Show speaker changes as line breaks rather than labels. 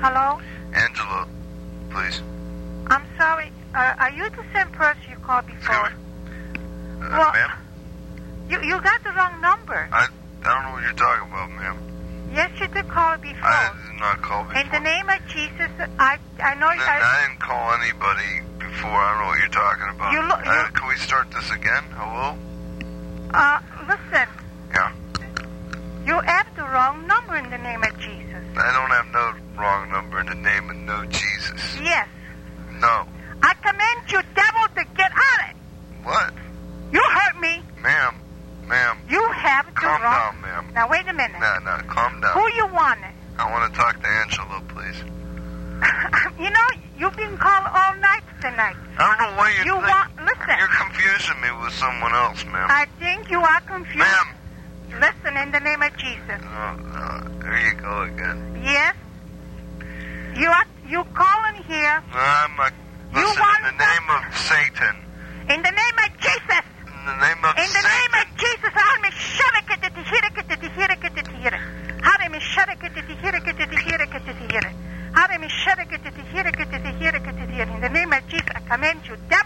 Hello?
Angela, please. Uh,
I'm sorry. Uh, are you the same person you called before?
Excuse Uh,
Well-
ma'am,
You you got the wrong number.
I, I don't know what you're talking about, ma'am.
Yes, you did call before.
I did not call before.
In Oh. the name of Jesus, I I know
Listen,
I,
I didn't call anybody before. I don't know what you're talking about.
You lo-
uh,
you-
can we start this again? Hello?
uh listen.
Yeah.
You have the wrong number in the name of Jesus.
I don't have no wrong number in the name of no Jesus.
Yes.
No.
I command you devil to get out of it.
What?
You hurt me.
Ma'am, ma'am,
You have the
calm
wrong
down, ma'am.
Now wait a minute.
No, no, calm down.
Who you want?
I want to talk to Angela, please.
you know, you've been called all night tonight.
I don't know why you,
You
think.
want listen.
You're confusing me with someone else, ma'am.
I think you are confused.
ma'am.
Listen in the name of Jesus.
Oh, uh, there you go again.
Yes. You are you calling here
I'm a,
You
listen,
want
in the name of Satan.
in the name of Jesus.
In the name of
In the
Satan.
name of Jesus, I'm a shirikatitihirikatitihirikatitihira. Hare me shirikatitihirikatitihirikatitihira. Hare me shirikatitihirikatitihirikatitihira. In the name of Jesus, I command you, devil,